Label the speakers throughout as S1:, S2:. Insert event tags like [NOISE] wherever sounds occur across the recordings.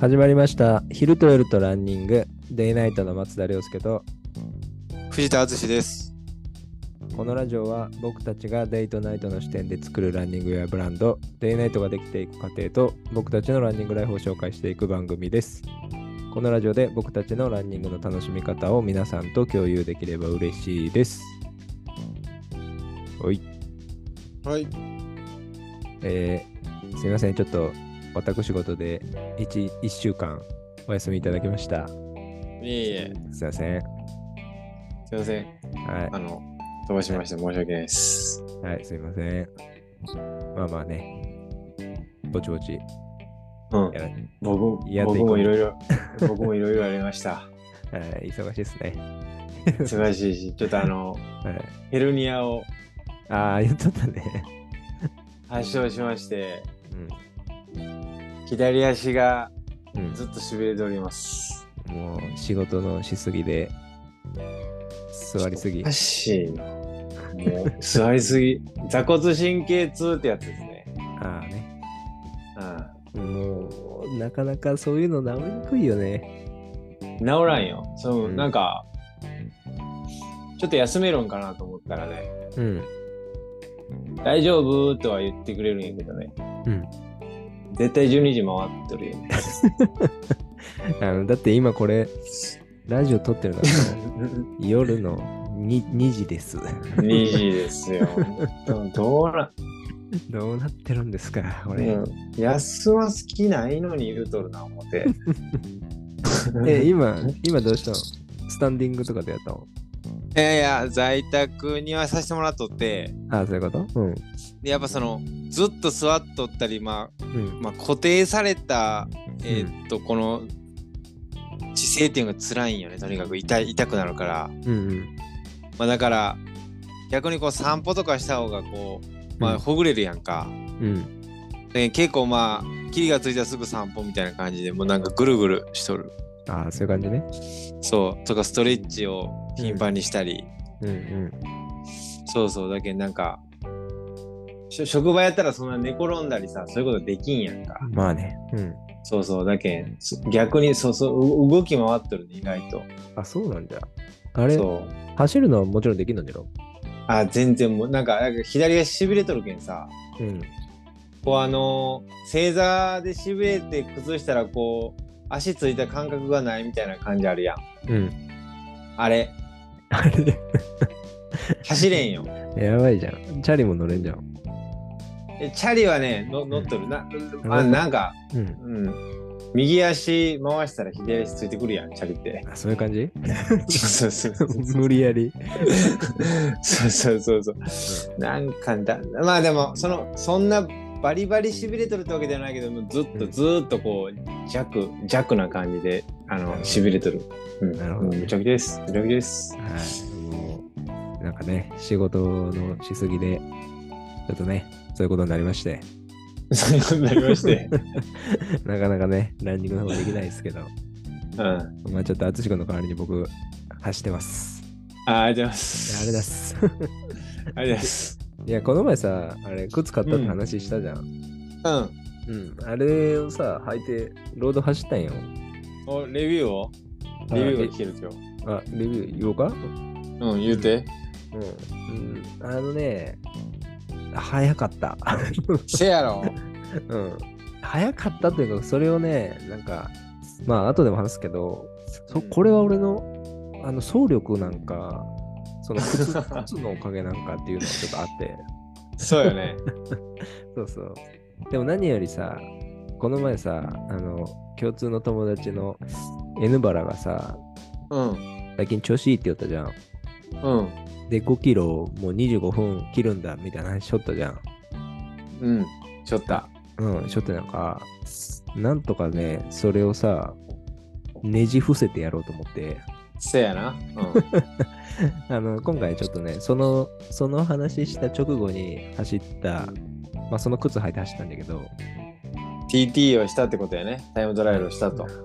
S1: 始まりました昼と夜とランニングデイナイトの松田涼介と
S2: 藤田敦です。
S1: このラジオは僕たちがデイとナイトの視点で作るランニングやブランドデイナイトができていく過程と僕たちのランニングライフを紹介していく番組ですこのラジオで僕たちのランニングの楽しみ方を皆さんと共有できれば嬉しいですはい
S2: はい。
S1: えーすみませんちょっと私事で 1, 1週間お休みいただきました
S2: いえいえ、
S1: すいません
S2: すいません。
S1: はい
S2: あの、飛ばしました。申し訳ないです。
S1: はい、すいません。まあまあね、ぼちぼち。
S2: うん
S1: や。
S2: 僕
S1: やってい
S2: 僕
S1: こう
S2: もいろいろ、僕もいろいろありました。
S1: はい、忙しいですね。
S2: 忙しいし、ちょっとあの、
S1: はい、
S2: ヘルニアを
S1: ああ、言っとったね。
S2: 発症しまして、
S1: うん
S2: 左足が
S1: うん
S2: ずっと痺れております。
S1: もう仕事のしすぎで、座りすぎ
S2: おか。しいな。もう、座りすぎ。座骨神経痛ってやつですね。
S1: ああね。
S2: う
S1: もう、なかなかそういうの治りにくいよね。
S2: ん。治らんよ。その、
S1: うん
S2: なんか、ちょっと休めるんかなと思ったらね。
S1: うん。
S2: 大丈夫とは言ってくれるんやけどね。
S1: うん
S2: 絶対12時回っとるよ
S1: [LAUGHS]
S2: ね。
S1: あのだって今これ、ラジオ撮ってるのは [LAUGHS] 夜の 2, 2時です。
S2: 2時ですよ。でもどうな、
S1: どうなってるんですか、こ
S2: う
S1: れ。
S2: ん、休ます気ないのに言うとるな、
S1: [LAUGHS]
S2: 思って。
S1: え、今、今どうしたのスタンディングとかでやったの
S2: いやいや、在宅にはさせてもらっとって、
S1: ああ、そういうことうん。
S2: でやっぱその、ずっと座っとったり、まあ、
S1: うん。
S2: まあ、固定された、えーっと、この、姿勢っていうのが辛いんよね、とにかく痛い痛くなるから。
S1: うんうん。
S2: まあ、だから、逆にこう散歩とかした方がこう、まあ、ほぐれるやんか。
S1: うん。
S2: で結構まあ霧がついたらすぐ散歩みたいな感じでもうなんかぐるぐるしとる
S1: ああ、そういう感じね。
S2: そうとかストレッチを頻繁にしたり、
S1: うんうん。
S2: そうそうだけどなんかしょ職場やったらそんな寝転んだりさそういうことできんやんか
S1: まあね。うん。
S2: そうそうだけんそ逆にそうそうう動き回っとるね意外と
S1: あ、そうなんじゃ。あれ、
S2: そう
S1: 走るのはもちろんできるんじゃろ
S2: あ全然もうなんかなんか左がしびれとるけんさ
S1: うん。
S2: こうあのー正座でしびれて崩したらこう足ついた感覚がないみたいな感じあるやん
S1: うん。
S2: あれ
S1: [LAUGHS] あれ、
S2: 走れんよ
S1: やばいじゃん。チャリも乗れんじゃん。
S2: えチャリはね、の乗っとるな。あ
S1: うん
S2: なんか、
S1: うん。
S2: うん。右足回したら左足ついてくるやん、チャリ
S1: [LAUGHS]
S2: って。
S1: あ、そういう感じ
S2: そうそうそうそ
S1: [LAUGHS]
S2: う。
S1: 無理やり。
S2: そうそうそうそう。なんかだ、まあでも、その、そんなバリバリしびれとるってわけじゃないけども、ずっ
S1: う
S2: と
S1: ん
S2: ずーっとこう、弱、弱な感じで、あ
S1: なるほど
S2: の、しびれとる。うん。
S1: なるほどね
S2: うんむちゃくちゃです。むちゃくちゃです。
S1: はい。もう、なんかね、仕事のしすぎで、ちょっとね、そういうことになりまして、
S2: そういうことになりまして。
S1: [LAUGHS] なかなかね、ランニングの方できないですけ [LAUGHS] ど、
S2: うん。
S1: まあちょっと淳君の代わりに僕、走ってます。
S2: あ、ありが
S1: い
S2: とうございま
S1: や
S2: す。
S1: あれだっ。す。
S2: ありがとうございます。
S1: いや、この前さ、あれ、靴買ったって話したじゃん。
S2: うん。
S1: うん、あれをさ、履いて、ロード走ったんよ。
S2: お、レビューをレビューが来てる今日。
S1: あ、レビュー言おうか
S2: うん、言うて。
S1: うん。あのね、早かった。
S2: せやろ。
S1: うん。早かったというか、それをね、なんか、まあ、後でも話すけど、そ
S2: うん
S1: これは俺の、あの、走力なんか、その靴 [LAUGHS] 靴のおかげなんかっていうのがちょっとあって。
S2: [LAUGHS] そうよね。
S1: そうそう。でも何よりさ、この前さ、あの、共通の友達の N バラがさ、
S2: うん。
S1: 最近調子いいって言ったじゃん。
S2: うん。
S1: で、5キロもう25分切るんだみたいな話しょったじゃん。
S2: うん。ちょっと。
S1: うん、しょったなんか、なんとかね、それをさ、ねじ伏せてやろうと思って、
S2: せやな。 [LAUGHS]
S1: あの、今回ちょっとね、その、その話した直後に走った、まあその靴履いて走ったんだけど、
S2: うん。TT をしたってことやね。タイムトライアルをしたと。
S1: はい。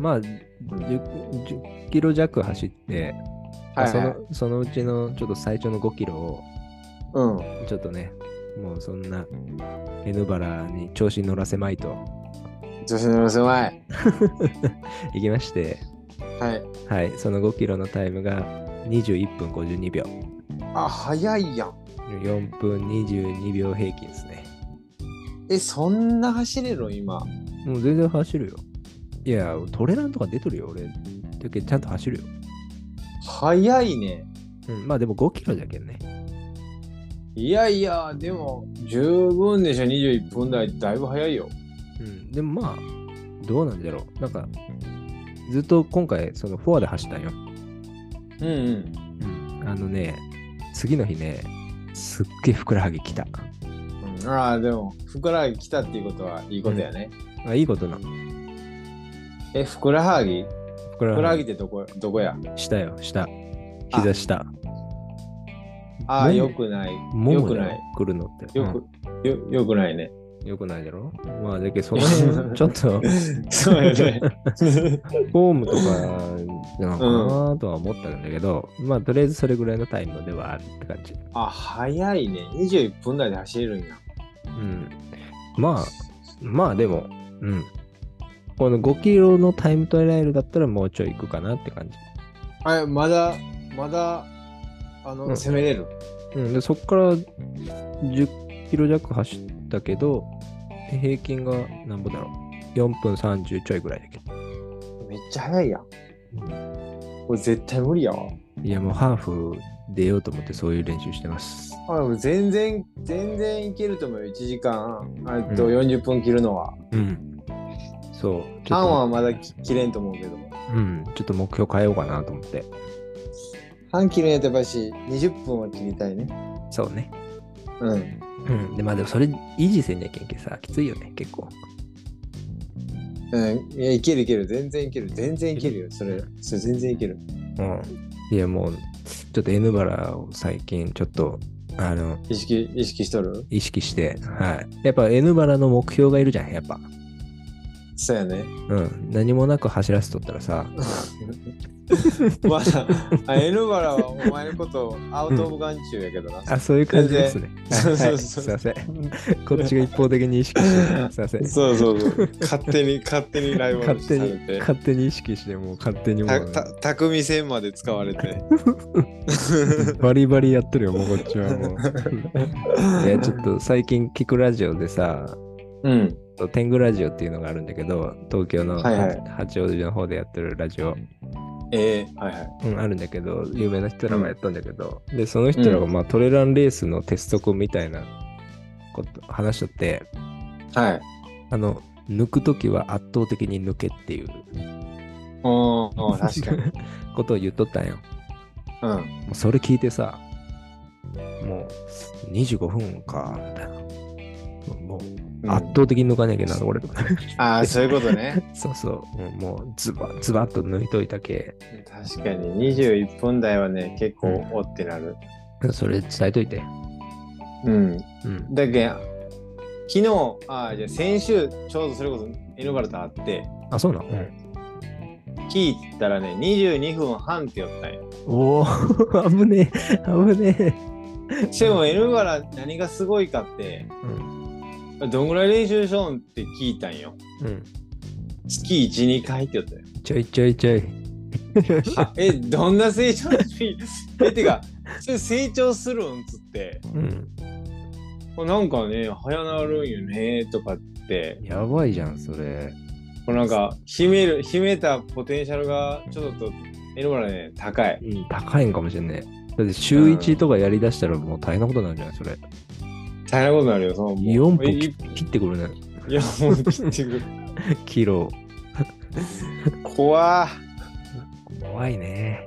S1: まあ、10, 10キロ弱走って、
S2: はいはい
S1: そのそのうちのちょっと最初の5キロを、
S2: うん。
S1: ちょっとね、もうそんな、N バラに調子に乗らせまいと。
S2: 女子の狭い。
S1: 行きまして、
S2: はい。
S1: はい、その5キロのタイムが21分52秒。
S2: あ、早いやん。
S1: 4分22秒平均ですね。
S2: え、そんな走れるの今。
S1: もう全然走るよ。いや、トレランとか出てるよ、俺。だけどちゃんと走るよ。
S2: 早いね。
S1: うん、まあでも5キロじゃけんね。
S2: いやいや、でも、十分でしょ、21分台。だいぶ早いよ。
S1: うん、でもまあ、どうなんだろう。なんか、ずっと今回、そのフォアで走ったんよ。
S2: うんうん。
S1: うん、あのね、次の日ね、すっげえふくらはぎきた。
S2: うんああ、でも、ふくらはぎ来たっていうことはいいことやね。
S1: あ、いいことなの。
S2: え、ふくらはぎ
S1: ふく
S2: ふく
S1: ら
S2: ら
S1: は
S2: は
S1: ぎ
S2: ぎってどこどこや
S1: したよ、した。膝下。
S2: ああ、
S1: も
S2: よくない。
S1: も
S2: よ
S1: も
S2: く
S1: だ
S2: ない。
S1: 来るのって。
S2: よく、よよくないね。 [LAUGHS]
S1: うんよくないだろまあ、だけど、その [LAUGHS] 辺、ちょっと、フ
S2: そうや
S1: [LAUGHS]
S2: ね。
S1: ォームとかなのかなとは思ったんだけど、まあ、とりあえずそれぐらいのタイムではあるって感じ。
S2: あ、早いね。21分台で走れるんや。
S1: うん。まあ、まあでも、うん。この5キロのタイムトライアルだったらもうちょい行くかなって感じ。
S2: あ、まだ、まだ、あの、
S1: うん
S2: 攻めれる。
S1: うん、でそこから10キロ弱走ったけど、平均がなんぼだろう。4分30ちょいぐらいだけど。
S2: めっちゃ早いやん。これ絶対無理やわ。
S1: いや、もうハーフ出ようと思ってそういう練習してます。
S2: あでも全然、全然いけると思うよ。1時間、えっと、
S1: うん
S2: 40分切るのは。
S1: うん。そう。ち
S2: 半は
S1: ょっ
S2: まだき切れんと思うけど。
S1: と、うん。ちょっと目標変えようかなと思って。
S2: 半切るんやったらやっぱし、20分は切りたいね。
S1: そうね。
S2: うん。
S1: うん。で、まあでもそれ維持せんじゃけんけさ、きついよね、結構。
S2: うん、いや、いけるいける。全然いける。全然いけるよ。それ、それ全然いける。
S1: うん。いや、もう、ちょっと N バラを最近、ちょっと、あの、
S2: 意識、意識しとる
S1: 意識して、はい。やっぱ N バラの目標がいるじゃん、やっぱ。
S2: そうやね。
S1: うん。何もなく走らせとったら
S2: [LAUGHS]
S1: さ、
S2: まだ、あ N バラはお前のこと、アウト・オブ・ガン中やけどな。
S1: あ、そういう感じですね。
S2: 全然
S1: はいはい
S2: そ
S1: す
S2: う
S1: い
S2: そう
S1: ません。こっちが一方的に意識
S2: [LAUGHS]
S1: してる、すいません。
S2: そうそうそう。勝手に、勝手にライバル
S1: 勝
S2: 視
S1: 手
S2: され
S1: に、
S2: て。
S1: 勝手に意識して、もう勝手にもう
S2: た、た、匠戦まで使われて。
S1: バリバリやってるよ、もうこっちはも
S2: [LAUGHS]
S1: う。いや、ちょっと最近聞くラジオでさ、
S2: うん。
S1: 天狗ラジオっていうのがあるんだけど、東京の
S2: はいはい
S1: 八王子の方でやってるラジオ。
S2: ええはいはい。
S1: うん、あるんだけど、有名な人らもやったんだけど、で、その人らが、まあ、トレランレースの鉄則みたいなこと、話しとって、
S2: はい。
S1: あの、抜くときは圧倒的に抜けっていう
S2: おーおー、確かに。
S1: [LAUGHS] ことを言っとったんよ。
S2: うん。
S1: もうそれ聞いてさ、もう25分か、みたいな。もう
S2: うん
S1: 圧倒的に抜かなきゃな、俺とか。 [LAUGHS]
S2: ああ、そういうことね。
S1: そうそう、うんもうズバッズバッと抜いといたけ、
S2: 確かに、21分台はね、結構、おってなる。
S1: それ伝えといて。
S2: うん。
S1: うん。
S2: だけん昨日、あーじゃあ先週、ちょうどそれこそ、N バラと会って、
S1: あ、そうなの、うん、
S2: 聞いたらね、22分半って言ったんよ。
S1: おお、 [LAUGHS] 危ねえ、危ねえ。
S2: しかも N バラ何がすごいかって、
S1: うん。
S2: どんぐらい練習しようんって聞いたんよ。
S1: うん。
S2: 月1、2回って言ったよ。
S1: ちょいちょいちょい。
S2: はえ、どんな成長のスピード [LAUGHS] え、てか、それ成長するんっつって、
S1: うん。
S2: なんかね、早なるんよね、とかって、
S1: やばいじゃん、それ。
S2: こうなんか、秘める、秘めたポテンシャルが、ちょっと、N バラね、高い。
S1: うん、高いんかもしれない。だって週1とかやりだしたらもう大変なことになるんじゃないそれ。
S2: 大変なことになるよ、その、もう
S1: 4
S2: え
S1: 歩
S2: い
S1: き切ってくるね。
S2: いや、もう切ってくる。
S1: キロ。
S2: 怖
S1: 怖いね。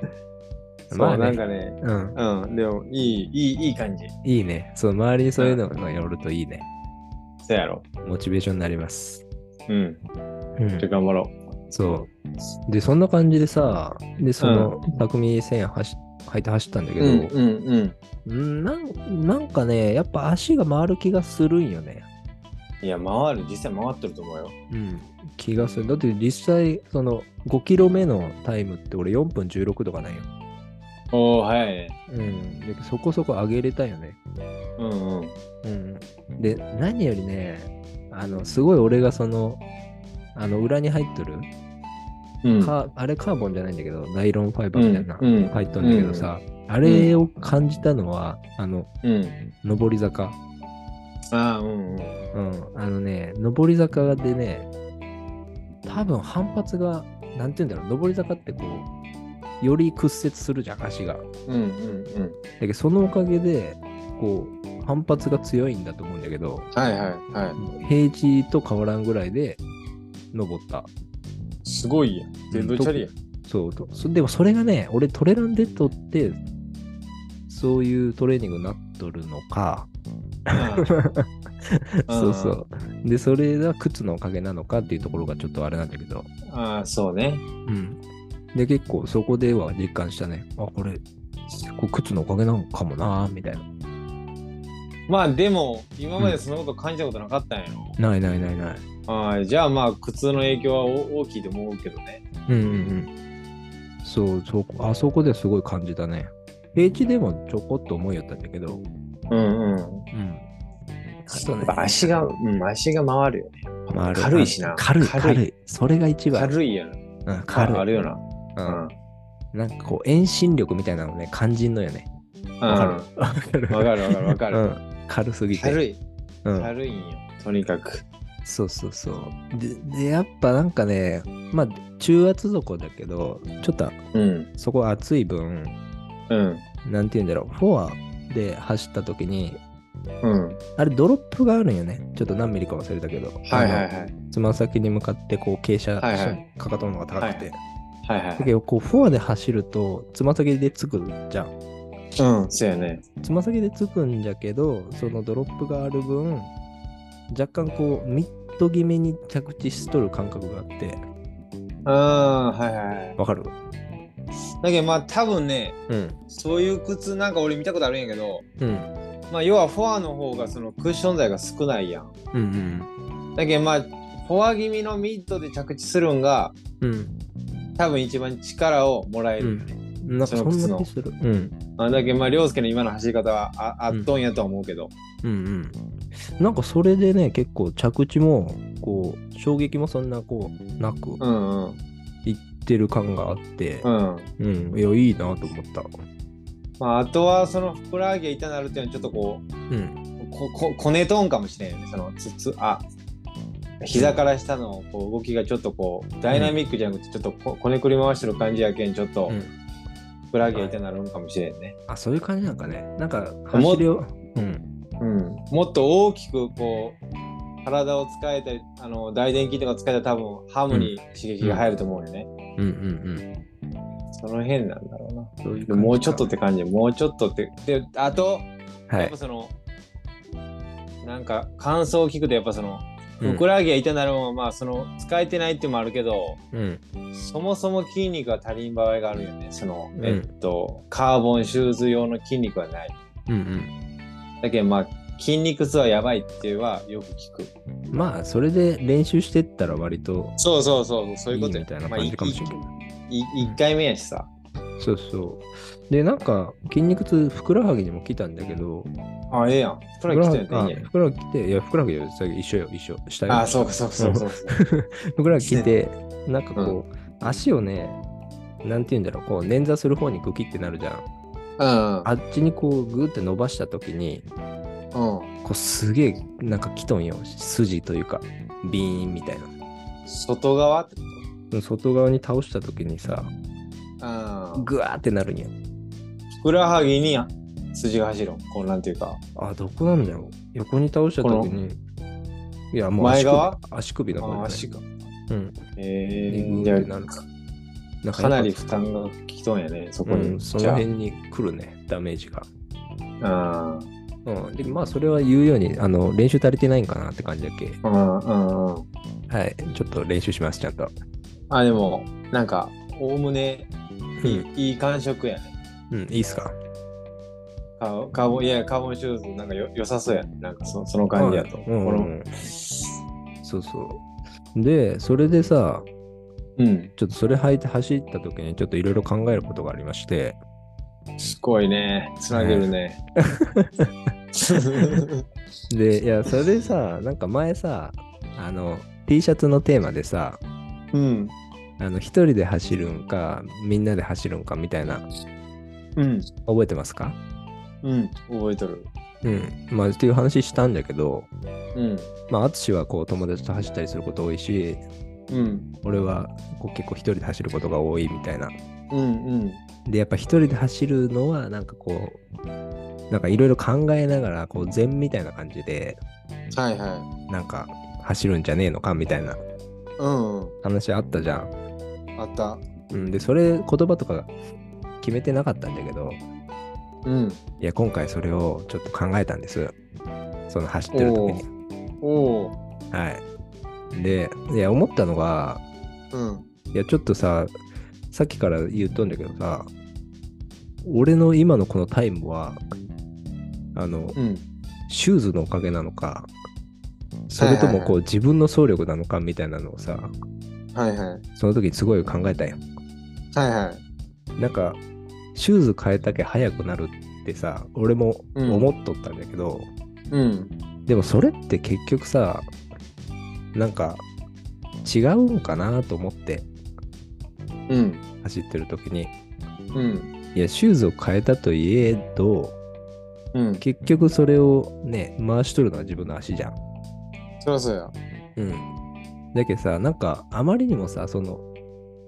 S2: そう、
S1: まあね
S2: なんかね、
S1: うん。
S2: うん、でも、いい、いい、いい感じ。
S1: いいね。そう、周りにそういうのがやるといいね。
S2: そうやろ。
S1: モチベーションになります。
S2: うん、
S1: う
S2: ちょ、
S1: ん。
S2: 頑張ろ
S1: そう。で、そんな感じでさ、で、その、匠線走履いて走ったんだけ
S2: う。
S1: ど、
S2: うん、うん、うん。
S1: うんなんなんかね、やっぱ足が回る気がするんよね。
S2: いや、回る、実際回ってると思うよ。
S1: うん、気がする。だって実際、その5キロ目のタイムって俺4分16とかなんよ。
S2: おー、早いね。
S1: うん、でそこそこ上げれたよね。
S2: うん、うん。
S1: うん、で、何よりね、あの、すごい俺がその、あの裏に入っとる、
S2: うん。
S1: かあれカーボンじゃないんだけどナイロンファイバーみたいな、
S2: うんうん
S1: 入っとるんだけどさ、あれを感じたのはあの
S2: うん。
S1: 上り坂、
S2: ああ、うんうん。
S1: うん、あのね上り坂でね多分反発がなんて言うんだろう上り坂ってこうより屈折するじゃん足がだ
S2: うんうんうん。
S1: けどそのおかげでこう反発が強いんだと思うんだけど
S2: はいはいは
S1: 平地と変わらんぐらいで登った
S2: い。すごいやん。全部チャリやん。
S1: そうとそでもそれがね俺トレランデッドってそういうトレーニングになっとるのか、
S2: うん
S1: そうそうでそれが靴のおかげなのかっていうところがちょっとあれなんだけど
S2: ああ、そうね。
S1: うんで結構そこでは実感したねあこれこれ靴のおかげなのかもなみたいな
S2: まあでも、今までそんなこと感じたことなかったんやろ。
S1: ないないないない
S2: ああ、じゃあまあ、苦痛の影響は大大きいと思うけどね。
S1: うんうんうんそうそこあそこですごい感じたね平地でもちょこっと思いやったんだけど
S2: うんうん。
S1: うんあとね
S2: 足が、うん、足が回るよね。
S1: まあ
S2: 軽いしな。
S1: 軽い、軽
S2: 軽い。
S1: い。それが一番。
S2: 軽いやん。
S1: うん、軽い。
S2: あるよな。
S1: う
S2: うんん。
S1: なんかこう、遠心力みたいなのね、肝心のよね。わかる
S2: う
S1: わかる
S2: [LAUGHS] ん。わかるわかるわか
S1: う
S2: る。
S1: ん、軽すぎて。
S2: 軽い。
S1: うん、
S2: 軽いんよ。とにかく。
S1: そうそうそう。で、でやっぱなんかね、まあ、中圧底だけど、ちょっと
S2: うん。
S1: そこ熱い分、
S2: うん。
S1: なんて言うんだろう、フォアで走った時に、
S2: うん。
S1: あれドロップがあるんよね。ちょっと何ミリか忘れたけど。
S2: はいはい
S1: あ
S2: はい。
S1: のつま先に向かってこう傾斜、
S2: はいはい
S1: かかとの方が高くて。
S2: はいは
S1: だ
S2: い。
S1: けどこうフォアで走るとつま先でつくじゃん。
S2: うん、そうやね。
S1: つま先でつくんじゃけどそのドロップがある分若干こうミット気味に着地しとる感覚があって
S2: うん、はいはいはい。
S1: わかる
S2: だけどまあ多分ね、
S1: うん
S2: そういう靴なんか俺見たことあるんやけど、
S1: うん
S2: まあ要はフォアの方がそのクッション材が少ないやん。
S1: うん
S2: だけどまあ、フォア気味のミッドで着地するんが、
S1: うんうん
S2: 多分一番力をもらえるよね。
S1: なんかそん
S2: そ
S1: な
S2: の
S1: 気するうん
S2: あだけどまあ、凌介の今の走り方はああっとんやとは思うけど。
S1: うんうんなんかそれでね結構着地もこう衝撃もそんなこうなく
S2: うんうん。
S1: いってる感があって
S2: うん。
S1: うん、いやいいなと思った
S2: まあ、あとはそのふくらはぎが痛なるっていうのはちょっとこう、
S1: うん
S2: こここねとんかもしれんよね。そのつつあ膝から下のこう動きがちょっとこうダイナミックじゃなくてちょっとここねくり回してる感じやけんちょっと
S1: うん
S2: ふくらはぎが痛なるんかもしれんね。
S1: あそういう感じなんかねなんか
S2: も
S1: 走りをうん
S2: うん、もっと大きくこう体を使えたりあの大臀筋とか使えたら多分ハムに刺激が入ると思うよね。
S1: うんうん
S2: その辺なんだろうな。
S1: うん。そういう
S2: でもうちょっとって感じもうちょっとって。であと、
S1: は
S2: やっ
S1: い
S2: ぱ。そのなんか感想を聞くとやっぱその
S1: うん
S2: ふくらはぎが痛なるもんはまあその使えてないっていうのもあるけど。
S1: うん。
S2: そもそも筋肉が足りん場合があるよね。その、
S1: うん
S2: えっと、カーボンシューズ用の筋肉はない。
S1: うん
S2: だけど、まあ、筋肉痛はやばいっていうのはよく聞く。
S1: うん。まあ、それで練習してったら割と
S2: そうそうそう、そう
S1: い
S2: いう
S1: い
S2: こと
S1: みたいな感じかもしれない。
S2: いい一回目やしさ。
S1: そうそう。で、なんか、筋肉痛、ふくらはぎにも来たんだけど、
S2: あ、ええやん。それはきてないい
S1: あ
S2: ね。
S1: ふくらはぎ来て、いや、ふくらはぎは実際一緒よ、一緒。下よ。
S2: あ、そうかそうかそうかそうか。
S1: ふくらはぎ来て、なんかこう、足をね、なんて言うんだろう、こう、捻挫する方にグキってなるじゃん。あっちにこう、グーって伸ばした時に、
S2: [LAUGHS] うん。う
S1: こう、すげえ、なんか来とんよ、筋というか、ビーンみたいな。
S2: ん。外側ってこ
S1: 外側に倒した時にさ、
S2: とうん。
S1: ぐわーってなるんや。
S2: ふくらはぎに筋が走るん。こうなんていうか。
S1: あ、どこなんだろう。横に倒した時に。いや、もう
S2: 前
S1: 足首
S2: 側
S1: 足首の方
S2: あ、
S1: だね
S2: 足が。
S1: うん。
S2: え
S1: で
S2: え
S1: グ
S2: じゃ
S1: ーってなるか。ん
S2: あ
S1: か
S2: かなり負担がきとんやね、そこ
S1: う
S2: に。
S1: ん、その辺に来るね、ダメージが。
S2: じゃあ。うん。
S1: うん、でまあ、それは言うように、あの練習足りてないんかなって感じだっけ。
S2: うんうんうん。
S1: はい、ちょっと練習します、ちゃんと。
S2: あ、でも、なんか、おおむね
S1: う
S2: いい,、いい感触やね。
S1: うん、いいっすか。
S2: カーカーボン、いや、カーボンシューズ、なんかよ良さそうやね。なんかそ、その感じやと。
S1: うん
S2: こ
S1: うんう
S2: の
S1: んそうそう。で、それでさ、
S2: うん。
S1: ちょっとそれ履いて走った時に、ちょっといろいろ考えることがありまして、
S2: すごいね。つなげるね。
S1: で、いや、それでさ、なんか前さ、あの、 T シャツのテーマでさ、
S2: [LAUGHS] うん。
S1: あの、一人で走るんか、みんなで走るんかみたいな、
S2: うん。
S1: 覚えてますか
S2: うん。覚えとる。
S1: うん。まあ、っていう話したんだけど、
S2: うん。
S1: まあ、淳はこう、友達と走ったりすること多いし、
S2: うん。
S1: 俺はこう結構一人で走ることが多いみたいな。
S2: うん。うん。
S1: で、やっぱ一人で走るのは、なんかこう、なんかいろいろ考えながら、こう、禅みたいな感じで、
S2: はいは。
S1: なんか、走るんじゃねえのかみたいない
S2: うん。うん
S1: 話あったじゃん。
S2: あった。
S1: うん、で、それ、言葉とか決めてなかったんだけど、
S2: うん。
S1: いや、今回それをちょっと考えたんです。その走ってる時に。
S2: おお。
S1: はい。で、いや、思ったのが、
S2: うん。
S1: いや、ちょっとさ、さっきから言っとんだけどさ、俺の今のこのタイムは、あの、
S2: うん。
S1: シューズのおかげなのか、それともこう自分の総力なのかみたいなのをさ、
S2: はいはい。
S1: その時にすごい考えたんよ。
S2: はいはい。
S1: なんか、シューズ変えたけ早くなるってさ、俺も思っとったんだけど、
S2: うん。
S1: でもそれって結局さ、なんか違うんかなと思って
S2: うん。
S1: 走ってる時に、
S2: うん。
S1: いや、シューズを変えたといえど、
S2: うん。
S1: 結局それをね回しとるのは自分の足じゃん。
S2: そりゃそうや。
S1: うん、だけどさなんかあまりにもさその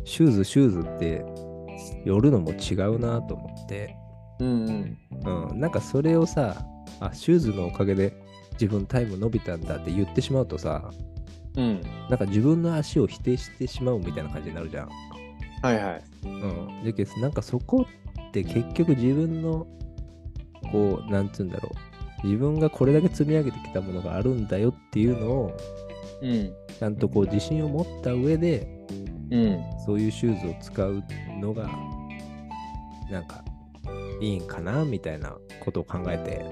S1: シューズシューズって寄るのも違うなと思って、
S2: うん
S1: うん、なんかそれをさあシューズのおかげで自分タイム伸びたんだって言ってしまうとさ
S2: うん。うん。
S1: なんか自分の足を否定してしまうみたいな感じになるじゃん。
S2: はいはい。
S1: うん、だけどなんかそこって結局自分のこうなんつうんだろう自分がこれだけ積み上げてきたものがあるんだよっていうのを
S2: うん。
S1: ちゃんとこう自信を持った上で
S2: うん。
S1: そういうシューズを使うのがなんかいいんかなみたいなことを考えて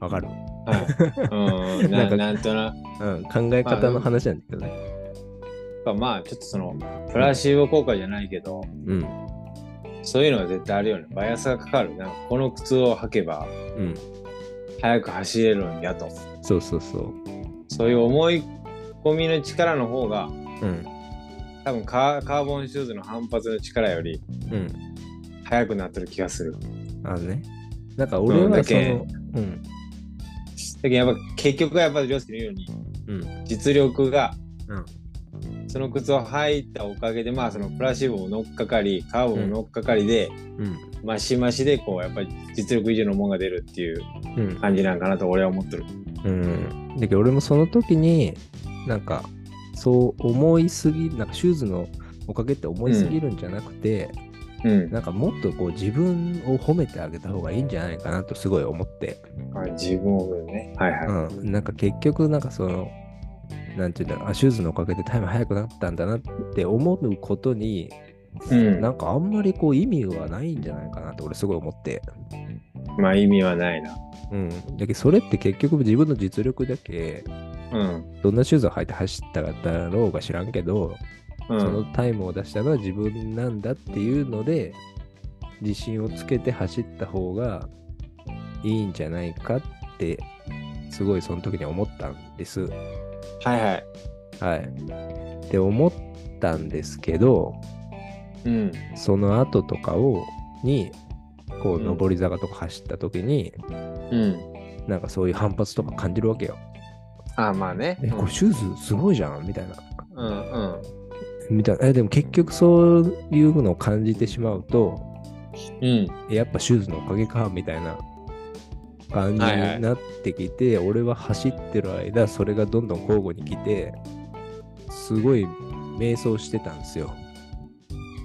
S1: わかる、
S2: はい。 [LAUGHS] うん。
S1: な
S2: なん
S1: か
S2: なんとな
S1: うん、考え方の話なんだけどね、
S2: く、まあちょっとその、プラシーボ効果じゃないけど、
S1: うん
S2: そういうのは絶対あるよね。バイアスがかかる。なんかこの靴を履けば、
S1: うん
S2: 早く走れるんやと。
S1: そうそうそう
S2: そういう思い込みの力の方が、
S1: うん
S2: 多分カーカーボンシューズの反発の力より
S1: うん
S2: 早くなってる気がする。
S1: あのねなんか俺
S2: うん
S1: は
S2: だ
S1: そ
S2: け
S1: のうん
S2: だけどやっぱ結局はやっぱり凌介の言うように、
S1: うん
S2: 実力が、
S1: うん
S2: その靴を履いたおかげで、まあそのプラシーボも乗っかかり、カーボンも乗っかかりで、
S1: うん
S2: マシマシでこう、やっぱり実力以上のもんが出るっていう
S1: うん
S2: 感じなんかなと俺は思ってる。
S1: うん、だけど俺もその時になんかそう思いすぎなんかシューズのおかげって思いすぎるんじゃなくて、
S2: うん。
S1: なんかもっとこう自分を褒めてあげた方がいいんじゃないかなとすごい思って、
S2: あ自分をね。はいはい。
S1: うん、なんか結局なんかそのなんていうんだろうあシューズのおかげでタイム速くなったんだなって思うことに、
S2: うん
S1: なんかあんまりこう意味はないんじゃないかなと俺すごい思って、
S2: まあ意味はないな。
S1: うん、だけどそれって結局自分の実力だけ
S2: うん。
S1: どんなシューズを履いて走ったかだろうが知らんけど
S2: う
S1: その
S2: ん。
S1: タイムを出したのは自分なんだっていうので自信をつけて走った方がいいんじゃないかってすごいその時に思ったんです。は
S2: はいはい。
S1: い。って思ったんですけど
S2: うん。
S1: その後とかをにこう
S2: うん
S1: 上り坂とか走った時に、
S2: うん。
S1: なんかそういう反発とか感じるわけよ。
S2: あまあね。
S1: えこれシューズすごいじゃんみたいな。
S2: うんうん。
S1: みたいなえでも結局そういうのを感じてしまうと
S2: うん。
S1: やっぱシューズのおかげかみたいな感じに
S2: はいはい
S1: なってきて、俺は走ってる間それがどんどん交互に来てすごい迷走してたんですよ。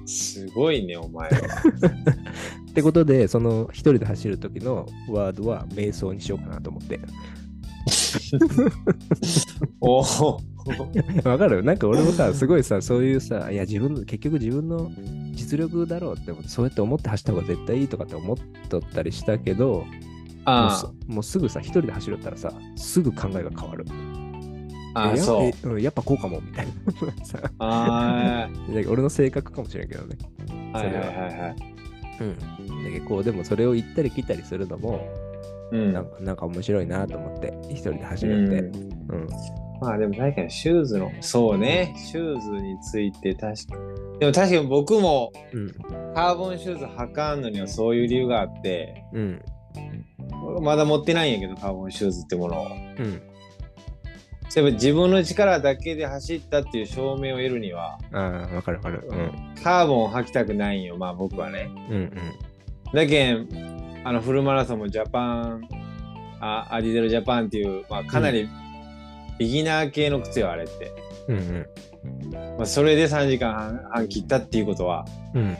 S2: すごいね、お前は。
S1: [LAUGHS] ってことでその一人で走る時のワードは迷走にしようかなと思って。 [LAUGHS]
S2: おお。
S1: わかるなんか俺も
S2: [LAUGHS]
S1: さすごいさそういうさいや自分の結局自分の実力だろうって思ってそうやって思って走った方が絶対いいとかって思っとったりしたけどもうす
S2: あ
S1: もうすぐさ一人で走るったらさすぐ考えが変わる。
S2: あ、
S1: えや
S2: そう
S1: え。うんやっぱこうかもみたいな [LAUGHS] さ
S2: あ
S1: だけど俺の性格かもしれんけどね。
S2: あ。はいはいはいはい。
S1: うん。だけどこうでもそれを行ったり来たりするのも
S2: うん。
S1: なんかなんか面白いなと思って一人で走
S2: う
S1: るって。
S2: ん
S1: うん。
S2: まあでも確かにシューズの、そうね、シューズについて確かでも確かに僕も
S1: うん。
S2: カーボンシューズ履かんのにはそういう理由があって、
S1: うん。
S2: まだ持ってないんやけど、カーボンシューズってものを。
S1: うん。
S2: そういえば自分の力だけで走ったっていう証明を得るには、
S1: ああ、わかるわかる。うん。
S2: カーボンを履きたくないんよ、まあ僕はね。
S1: うん
S2: だけん、あのフルマラソンもジャパン、あアディゼルジャパンっていう、まあかなりビギナー系の靴よ、あれって。
S1: うん。うん
S2: まあ、それで3時間半半切ったっていうことは、
S1: うん。うん。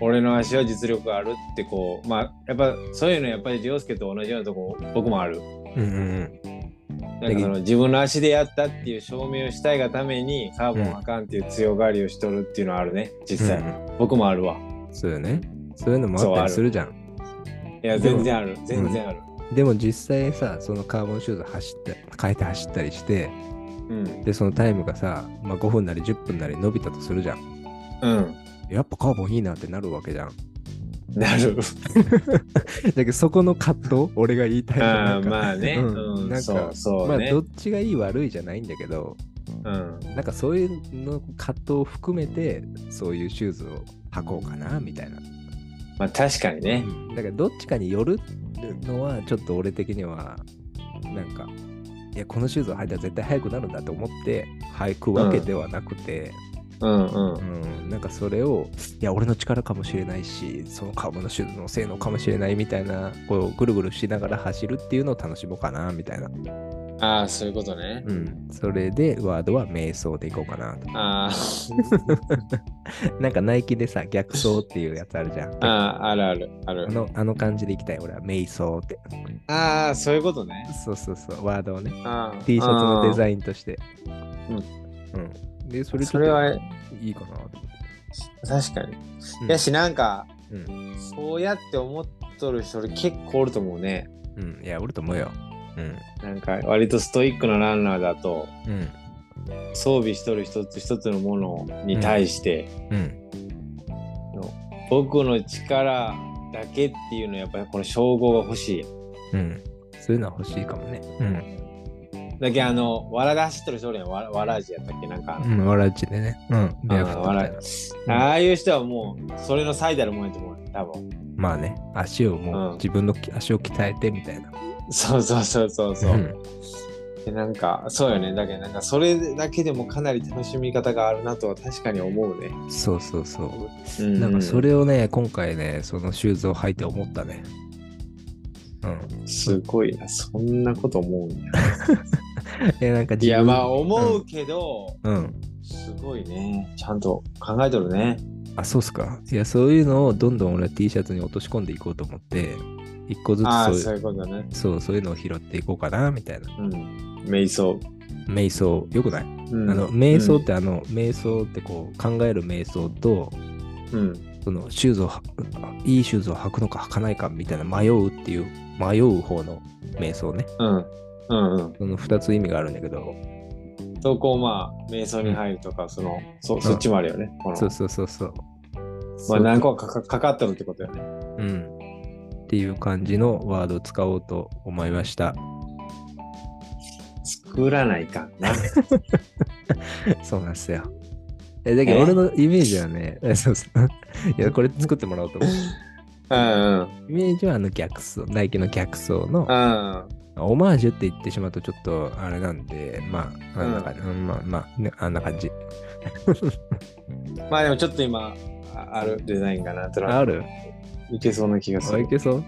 S2: 俺の足は実力があるってこうまあやっぱそういうのやっぱり凌介と同じようなとこ僕もある
S1: うんうん
S2: なんかその自分の足でやったっていう証明をしたいがためにカーボンあかんっていう強がりをしとるっていうのはあるね
S1: う
S2: 実際、
S1: ん。
S2: 僕もあるわ
S1: そうよね。そういうのもあったりするじゃん。
S2: いや
S1: でも
S2: 全然ある全然ある
S1: でも実際さ、そのカーボンシューズ走った、変えて走ったりして、
S2: うん
S1: で、そのタイムがさ、まあ、5分なり10分なり伸びたとするじゃん。
S2: うん、
S1: やっぱカーボンいいなってなるわけじゃん。
S2: なる
S1: だけどそこの葛藤、俺が言いたいのは
S2: あ
S1: [LAUGHS] なん
S2: ー
S1: か
S2: まあね、
S1: うん
S2: うん
S1: なんか
S2: そうそう
S1: まあ
S2: ね、
S1: どっちがいい悪いじゃないんだけど、
S2: うん
S1: なんかそういうの葛藤を含めて、そういうシューズを履こうかなみたいな。
S2: まあ確かにね、
S1: だからどっちかによるのはちょっと俺的にはなんかいやこのシューズを履いたら絶対速くなるんだと思って履くわけではなくて、
S2: うんうん
S1: うんなんかそれをいや俺の力かもしれないしそのカーブのシューズの性能かもしれないみたいなこうぐるぐるしながら走るっていうのを楽しもうかなみたいな、
S2: ああそういうことね、
S1: うん、それでワードは瞑想でいこうかなと
S2: あー [LAUGHS]
S1: なんかナイキでさ逆走っていうやつあるじゃんあ
S2: あーあるあるある
S1: のあの感じでいきたい俺は瞑想って
S2: ああそういうことね
S1: そうそうそうワードをね
S2: T
S1: T シャツのデ
S2: イ
S1: ザインとして。
S2: う
S1: うん。で、それち
S2: そ
S1: ょっ
S2: れ
S1: と
S2: はい
S1: いかなと。
S2: 確かに、
S1: うん
S2: やしなんか
S1: うん。
S2: そうやって思っとる人結構おると思うね
S1: うん。いや、俺と思うよ。うん。
S2: なんか割とストイックなランナーだと
S1: うん。
S2: 装備しとる一つ一つのものに対して、
S1: うん。
S2: 僕の力だけっていうのはやっぱりこの称号が欲しい
S1: うん。そういうのは欲しいかもね。
S2: だけあのわらで走っとる人おるやんわわらじやったっけなんか、
S1: うん。うん。わらっちでね。うん。ベアフットみたい
S2: あーわ
S1: な
S2: ら。ああいう人はもうそれの最たるもんやと思う多分
S1: まあね、足をもう、
S2: うん
S1: 自分のき足を鍛えてみたいな。
S2: そうそうそうそうそう、
S1: ん。
S2: でなんかそうよねだけどなんかそれだけでもかなり楽しみ方があるなとは確かに思うね、
S1: そうそうそう。
S2: う
S1: なんかそれをね、今回ね、そのシューズを履いて思ったね。うん。
S2: すごいなそんなこと思うんや
S1: え、なんか
S2: い
S1: 自分
S2: やまあ思うけど、
S1: うん。
S2: すごいねちゃんと考えとるね
S1: あ、そうっすか。いや、そういうのをどんどん俺は T シャツに落とし込んでいこうと思って、一個ずつ
S2: ああ
S1: そ
S2: そう
S1: いう
S2: ういうことね
S1: そうそういうのを拾っていこうかな、みたいな。
S2: うん瞑想、
S1: 瞑想、よくない、
S2: うん
S1: あの瞑想って、あの、瞑想ってこう、考える瞑想と、
S2: うんうん
S1: その、シューズをは、いいシューズを履くのか履かないかみたいな迷うっていう、迷う方の瞑想ね。
S2: うんうんうん
S1: その2つ意味があるんだけど、
S2: とこうまあ瞑想に入るとかそのそそっちもあるよねこの
S1: そうそうそうそう。
S2: まあ
S1: そう
S2: 何個かかかかっとるってことよね
S1: うん。っていう感じのワードを使おうと思いました。 [LAUGHS]
S2: 作らないかん
S1: [LAUGHS]
S2: な
S1: そうなんですよ。えだけど
S2: え
S1: 俺のイメージはね、 [LAUGHS] えそうそう。いや、これ作ってもらおうと思う。
S2: うんうん
S1: イメージはあの逆走、ナイキの逆走の
S2: う、ん
S1: オマージュって言ってしまうとちょっとあれなんで、まあ、あんな感じ、うんまあまあ、ね、あんな感じ。
S2: まあでもちょっと今ああるデザインがなんとな
S1: ある
S2: くいけそうな気がす
S1: あ、
S2: る
S1: い。けそう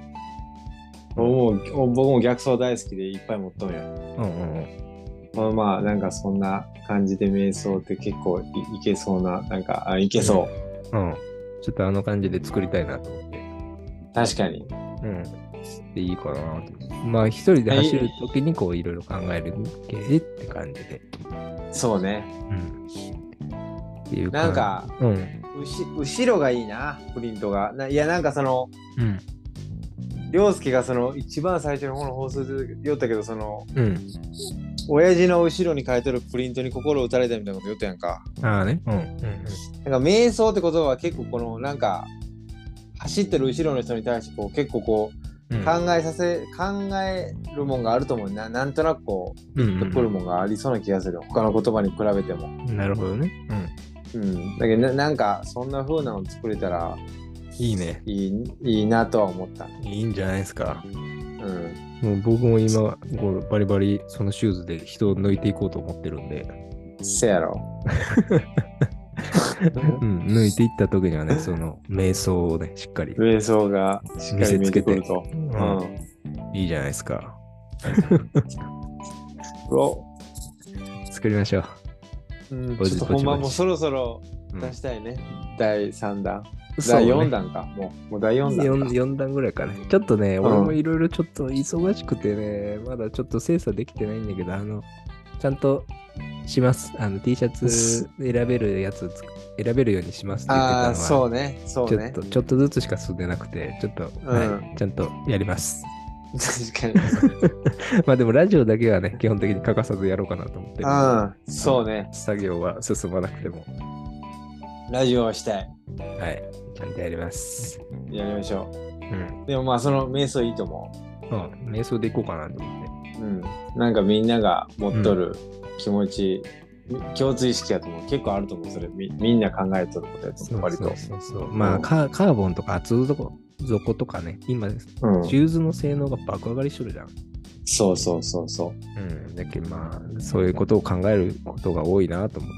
S2: もう僕も逆走大好きでいっぱい持っとんや。
S1: うんうんうん。
S2: まあまあなんかそんな感じで瞑想って結構いいけそうななんかあいけそ
S1: うん。ちょっとあの感じで作りたいなと思って。
S2: う、確かに
S1: うん。でいいかなと思って。まあ、一人で走るときにこう、いろいろ考える系って感じで。
S2: そうね
S1: うん。っていう感
S2: なん
S1: じ。
S2: か
S1: うん。
S2: うし後ろがいいなプリントがないやなんかその
S1: うん。
S2: 凌介がその一番最初の方の放送で言ったけどその
S1: うん。
S2: 親父の後ろに書いてるプリントに心打たれたみたいなこと言ったやんか
S1: ああね。うん。うん
S2: なんか瞑想って言葉は結構このなんか走ってる後ろの人に対してこう結構こう
S1: うん
S2: 考えさせ、考えるもんがあると思うななんとなくこう
S1: うん
S2: ピックるもんがありそうな気がする、他の言葉に比べても、
S1: なるほどね。
S2: うん、だけどななんかそんな風なの作れたら
S1: いいね。
S2: いいいいなとは思った、
S1: いいんじゃないですか。
S2: うん、
S1: もう僕も今、こうバリバリそのシューズで人を抜いていこうと思ってるんで、
S2: せや
S1: [LAUGHS]
S2: ろ
S1: うん、抜いていった時にはね、その瞑想をね、しっかり。
S2: 瞑想がしっかり見えてくると、
S1: う
S2: うんん、
S1: いいじゃないですか。
S2: お
S1: 作りましょう。
S2: うん
S1: ぼ
S2: ち
S1: ち
S2: ょっと
S1: ぼち
S2: 本番もそろそろ
S1: うん
S2: 出したいね、第3弾
S1: そう
S2: 第
S1: ね
S2: 4弾か、もうもう第4弾
S1: 四四段ぐらいかね。ちょっとね、
S2: うん
S1: 俺もいろいろちょっと忙しくてね、まだちょっと精査できてないんだけど、あの、ちゃんとします。あの、T シャツ選べるやつつ選べるようにしますって言ってたの
S2: あ
S1: は
S2: あ、そうねそう
S1: ちょっ
S2: ね
S1: と、ちょっとずつしか進んでなくて、ちょっと、
S2: ん
S1: はい、ちゃんとやります。 [LAUGHS]
S2: 確かに
S1: まあでも、ラジオだけはね、基本的に欠かさずやろうかなと思ってる、
S2: うんそうね
S1: 作業は進まなくても、
S2: ラジオはしたい
S1: はい、ちゃんとやります。
S2: やりましょ
S1: うん。
S2: うでもまあその瞑想いいと思
S1: うん、瞑想でいこうかなと思って。
S2: う、うん、なんかみんなが持っとる気持ち、共通意識やと思う結構あると思うそれみみんな考えとることやと思う割と
S1: そうそうそうそう。まあ、カーカーボンとか厚底底とかね、今、
S2: うん
S1: シューズの性能が爆上がりしとるじゃん。
S2: そうそうそうそう
S1: うん。だけどまあ、そういうことを考えることが多いなと思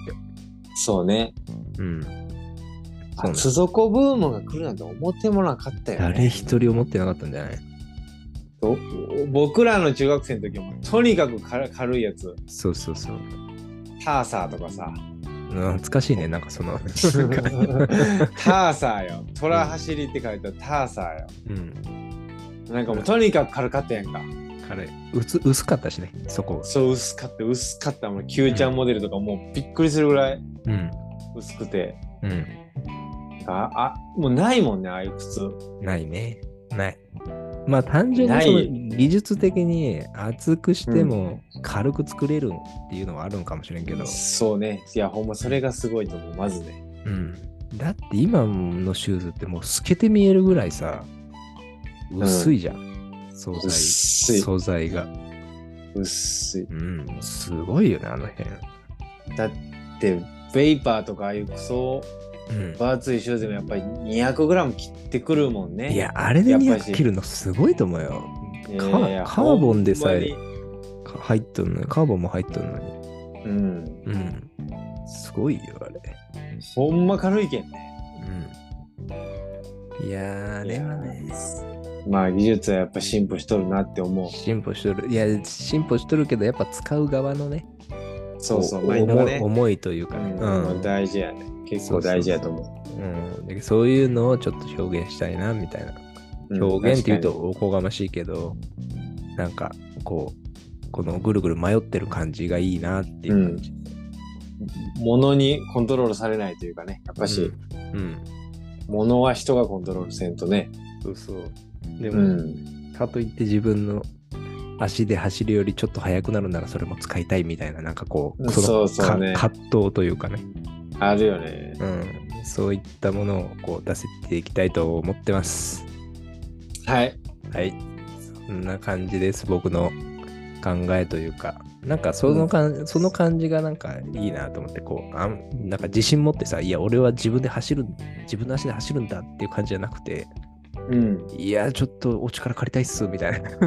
S2: そうね
S1: って。うん。そうね
S2: 厚底ブームが来るなんて思ってもなかったよね
S1: 誰一人思ってなかったんじゃない
S2: と僕らの中学生の時はもうとにかく軽軽いやつ
S1: そうそうそう。
S2: ターサーとかさ
S1: 懐かしいね、なんかそ [LAUGHS] の。
S2: ターサーよ虎走りって書いたターサーよ
S1: うん。
S2: なんかもうとにかく軽かったやんか
S1: 彼、薄薄かったしね、そこが。
S2: そう薄かった薄かったもう Q ちゃんモデルとかもうびっくりするぐらい
S1: うん。
S2: 薄くて
S1: う
S2: ああもうないもんねああいう靴
S1: ん。ないね。ない。まあ単純にそ
S2: な
S1: の技術的に厚くしても軽く作れるっていうのはあるんかもしれんけど、
S2: そうねいやほんまそれがすごいと思うまずね
S1: うん、だって今のシューズってもう透けて見えるぐらいさ薄いじゃん、素材
S2: 薄い
S1: 素材が
S2: 薄い
S1: うんすごいよねあの辺
S2: だってベイパーとかああいうクソ
S1: う
S2: バーツイシューズもやっぱり 200g 切ってくるもんね
S1: んいやあれで
S2: やっぱし
S1: 200切るのすごいと思うよ
S2: い
S1: カ
S2: やいや
S1: ーカーボンでさえ
S2: ほんま
S1: か入っとんのにカーボンも入っとんのに
S2: にうん
S1: うんすごいよあれ
S2: ほんま軽いけんね
S1: うんいやーあれはね
S2: いやーまあ技術はやっぱ進歩しとるなって思う
S1: 進歩しとるいや進歩しとるけどやっぱ使う側のね
S2: そうそう
S1: お
S2: マインドが
S1: 思い
S2: ね
S1: 思いというか
S2: う
S1: ね
S2: ん
S1: うん
S2: まあ大事やね結構大事やと思
S1: うん、だけどそういうのをちょっと表現したいなみたいな。
S2: う、うん
S1: 表現っていうとおこがましいけど、なんかこう、このぐるぐる迷ってる感じがいいなっていう感じ。
S2: 物にコントロールされないというかねやっぱし、
S1: うん。うん。
S2: 物は人がコントロールせんとね
S1: そうそう。で
S2: う
S1: も、
S2: ん
S1: かといって自分の足で走るよりちょっと速くなるならそれも使いたいみたいな、なんかこう、
S2: そ
S1: の
S2: うそうね
S1: か葛藤というかね、
S2: あるよね
S1: うん。そういったものをこう出せていきたいと思ってます。
S2: はい
S1: はい。そんな感じです、僕の考えというか。なんかそのかん、その感じがなんかいいなと思って、こうあん、なんか自信持ってさ、いや、俺は自分で走る、自分の足で走るんだっていう感じじゃなくて、
S2: うん、
S1: いや、ちょっとお力借りたいっす、みたいな。 [LAUGHS]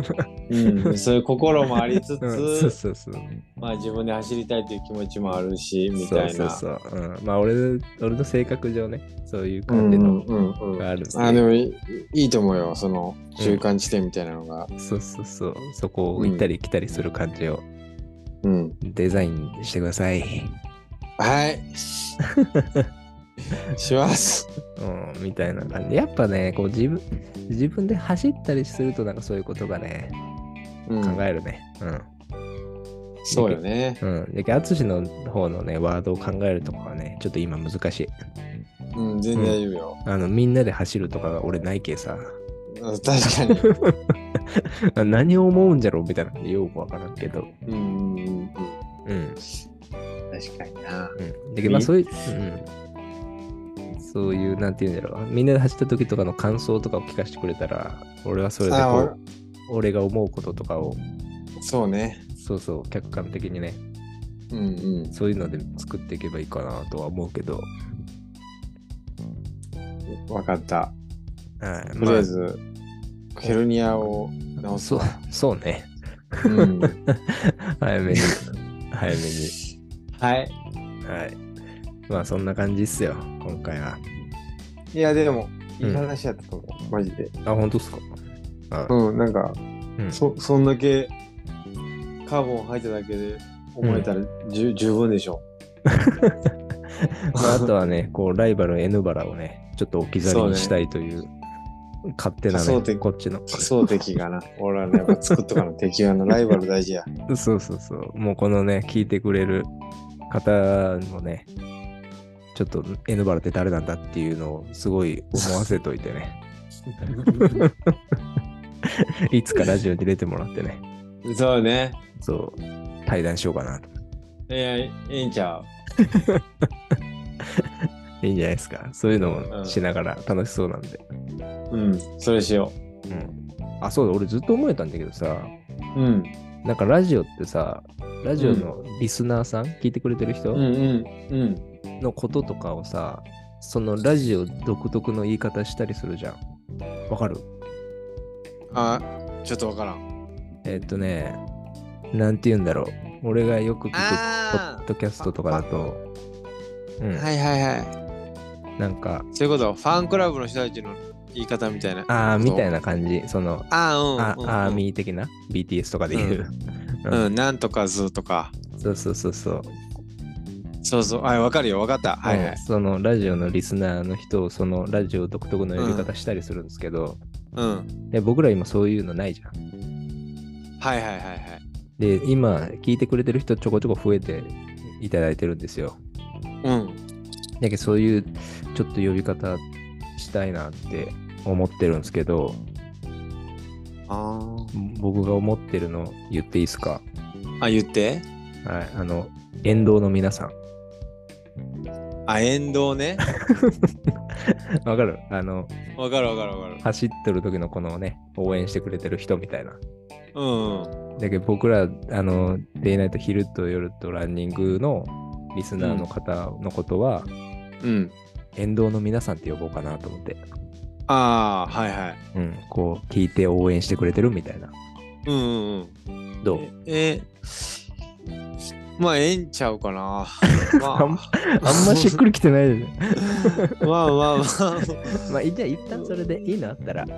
S2: うん、そういう心もありつつ、
S1: うんそうそうそう。
S2: まあ自分で走りたいという気持ちもあるしみ
S1: そ
S2: た
S1: う
S2: い
S1: そう
S2: な
S1: そう。うん、まあ俺、俺の性格上ね、そういう
S2: うん
S1: 感じの
S2: うんうんうん
S1: があるんで、
S2: あでもいいいと思うよその中間地点みたいなのが、
S1: そうそうそう。そこを行ったり来たりする感じを
S2: うん、
S1: デザインしてください。
S2: はい [LAUGHS] します
S1: うん、みたいな感じ。やっぱね、こう自分、自分で走ったりすると、なんかそういうことがね、
S2: うん
S1: 考えるね。
S2: そうよね
S1: うん。うん。で、淳の方のね、ワードを考えるとかはね、ちょっと今難しい。
S2: うん全然大丈夫よ、
S1: あの、みんなで走るとかが俺ないけさ、 [LAUGHS]
S2: うん [LAUGHS] 確か
S1: 何を思うんじゃろうみたいな、よくわからんけど。
S2: にうんうんうんうん
S1: うん。
S2: 確かにな
S1: うん。だけど、まあ
S2: いい
S1: そういう、うん。そういう、なんていうんだろう、みんなで走った時とかの感想とかを聞かせてくれたら、俺はそれでこ
S2: あ
S1: う俺が思うこととかを、
S2: そうね。
S1: そうそう、客観的にね、
S2: うんうん。
S1: そういうので作っていけばいいかなとは思うけど、
S2: わかった。
S1: はい、
S2: とりあえず、ヘルニアを
S1: まあ、
S2: [LAUGHS] 治す
S1: そう
S2: わ。
S1: そうね、 [LAUGHS]
S2: うん
S1: 早めに、早めに、
S2: はい。
S1: はい。まあ、そんな感じっすよ、今回は。
S2: いや、でも、
S1: うん
S2: いい話やったと思う。マジで。
S1: あ、本当っすかあ、
S2: うん、なんか、
S1: うん
S2: そ、そんだけ、カーボン入っただけで思えたら十、十分でしょ。
S1: まあ、あとはね、こう、ライバル N バラをね、ちょっと置き去りにしたいという、勝手な
S2: 仮想
S1: ね、
S2: 的
S1: こっちの。
S2: 仮想敵がな。俺はね、やっぱ作っとかの敵がな、ライバル大 [LAUGHS] 事や。
S1: そうそうそう。もうこのね、聞いてくれる方もね、ちょっと N バラって誰なんだっていうのをすごい思わせといて [LAUGHS] ね、いつかラジオに出てもらってね、
S2: そうね。
S1: そう、対談しようかなと。
S2: いや、いいんちゃう。
S1: いいんじゃないですか。そういうの
S2: う
S1: も
S2: ん
S1: しながら楽しそうなんで。
S2: うん、それしよ
S1: うん。あ、そうだ、俺ずっと思えたんだけどさ、
S2: う。うん。
S1: なんかラジオってさ、ラジオのリスナーさん、聞いてくれてる人
S2: うんうんうん。
S1: のこととかをさ、そのラジオ独特の言い方したりするじゃん。わかる
S2: あ、ちょっとわからん。
S1: えっとね、なんて言うんだろう。俺がよく聞くポ
S2: あ
S1: ッドキャストとかだと、う
S2: あ
S1: ん、
S2: はいはいは
S1: なんか、
S2: い。そういうこと、ファンクラブの人たちの言い方みたいな。
S1: あーみたい
S2: な。
S1: な感じ、その、
S2: あーうん
S1: あ
S2: うんうん。
S1: アーミー的な BTS とかで言う。
S2: うん、なんとかずとか。
S1: そうそうそうそう。
S2: そうそう。あ、わかるよ、わかった。はい
S1: う
S2: は
S1: ん
S2: い。
S1: そのラジオのリスナーの人をそのラジオ独特の呼び方したりするんですけど、
S2: うん。
S1: で僕ら今そういうのないじゃん。
S2: はいはいはいはい。
S1: で、今聞いてくれてる人ちょこちょこ増えていただいてるんですよ。
S2: うん。
S1: だけどそういうちょっと呼び方したいなって思ってるんですけど、
S2: あ
S1: 僕が思ってるの言っていいですか
S2: あ。あ、言って。
S1: はい、あの、沿道の皆さん。 [LAUGHS]
S2: あ、沿道ね。
S1: わかるあの、
S2: わかるわかるわかる。
S1: 走ってる時のこのね、応援してくれてる人みたいな。
S2: うんうん。
S1: だけど僕ら、あの、デイナイト昼と夜とランニングのリスナーの方のことは、
S2: うん。
S1: 沿道の皆さんって呼ぼうかなと思って、
S2: ああ、はいはい。
S1: うん、こう、聞いて応援してくれてるみたいな。
S2: うんうんうん。
S1: どう
S2: え、えまあ、ええんちゃう
S1: [LAUGHS]
S2: かな。まあ、
S1: あんま [LAUGHS] あんましっくりきてないですね。
S2: [LAUGHS] まあま
S1: [LAUGHS]
S2: あまあ。
S1: まあ、いいじゃあ一旦それでいいのあったら。いい
S2: あ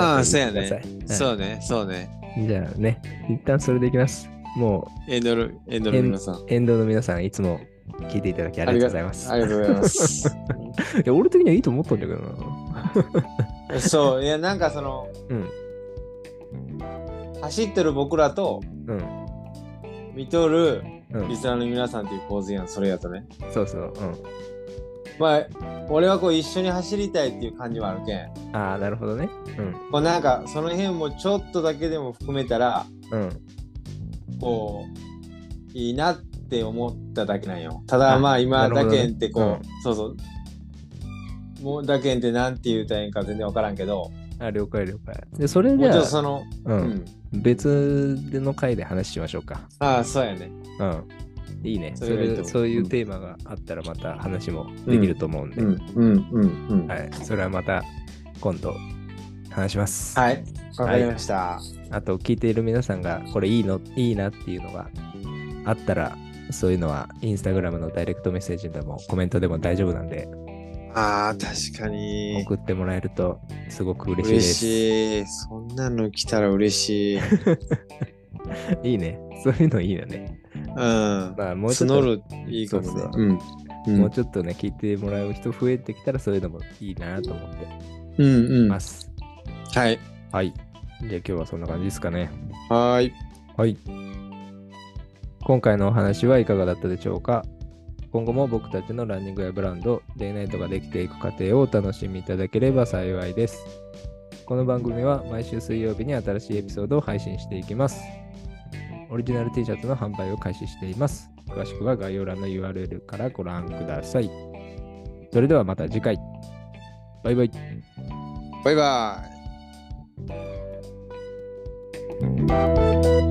S1: の
S2: あ
S1: ったら言ってください。
S2: そううね、そうね。
S1: ん。じゃあね、一旦それでいきます。も
S2: エンドル、エンドル皆さん。
S1: う、沿道の皆さん、いつも聞いていただきありがとうございます。
S2: ありがとうございま
S1: [LAUGHS]
S2: す。
S1: いや、俺的にはいいと思ったんだけどな。
S2: そう、いや、なんかその、
S1: うん。
S2: 走ってる僕らと、
S1: うん。
S2: 見とる
S1: うん
S2: リスナーの皆さんっていう構図やん、それやとね。
S1: そうそう。う
S2: まあ、俺はこう一緒に走りたいっていう感じはあるけん。
S1: ん。ああ、なるほどね。
S2: こうなんか、その辺もちょっとだけでも含めたら、
S1: うん。うん。
S2: こういいなって思っただけなんよただま
S1: あ
S2: あ今
S1: なる
S2: だ
S1: ほどね
S2: けんってこう、
S1: う
S2: そうそうもうだけんってなんて言うたらええんか全然分からんけど
S1: あ、了解了解。で、それ
S2: も
S1: じ
S2: うち
S1: ゃ
S2: ょっと
S1: あ、
S2: その
S1: う
S2: うん、
S1: ん。別の回で話しましょうか。
S2: ああそうやね
S1: うん。いいね。そ
S2: それがいいと
S1: れ
S2: 思う
S1: そういううんテーマがあったらまた話もできると思うんで、
S2: うんうんうんうん
S1: は
S2: はい、
S1: い。それはまた今度話します。
S2: わかりました、
S1: あと、聞いている皆さんがこれいいの、いいなっていうのがあったら、そういうのはインスタグラムのダイレクトメッセージでもコメントでも大丈夫なんで、
S2: ああ確かに
S1: 送ってもらえるとすごく嬉しいで
S2: 嬉
S1: す。
S2: しいそんなの来たら嬉しい
S1: いいね。そういうのいいよね。
S2: うん
S1: まあ、 [LAUGHS] もうちょっ
S2: 募
S1: と、
S2: るいいかもね
S1: そうそう
S2: うんうん
S1: もうちょっとね、聞いてもらう人増えてきたら、そういうのもいいなと思って
S2: うんうん
S1: ま
S2: は
S1: す。
S2: い
S1: はい。じゃあ今日はそんな感じですかね。
S2: はーい
S1: はい。今回のお話はいかがだったでしょうか今後も僕たちのランニングやブランド、デイナイトができていく過程をお楽しみいただければ幸いです。この番組は毎週水曜日に新しいエピソードを配信していきます。オリジナル T シャツの販売を開始しています。詳しくは概要欄の URL からご覧ください。それではまた次回。バイバイ。
S2: バイバイ。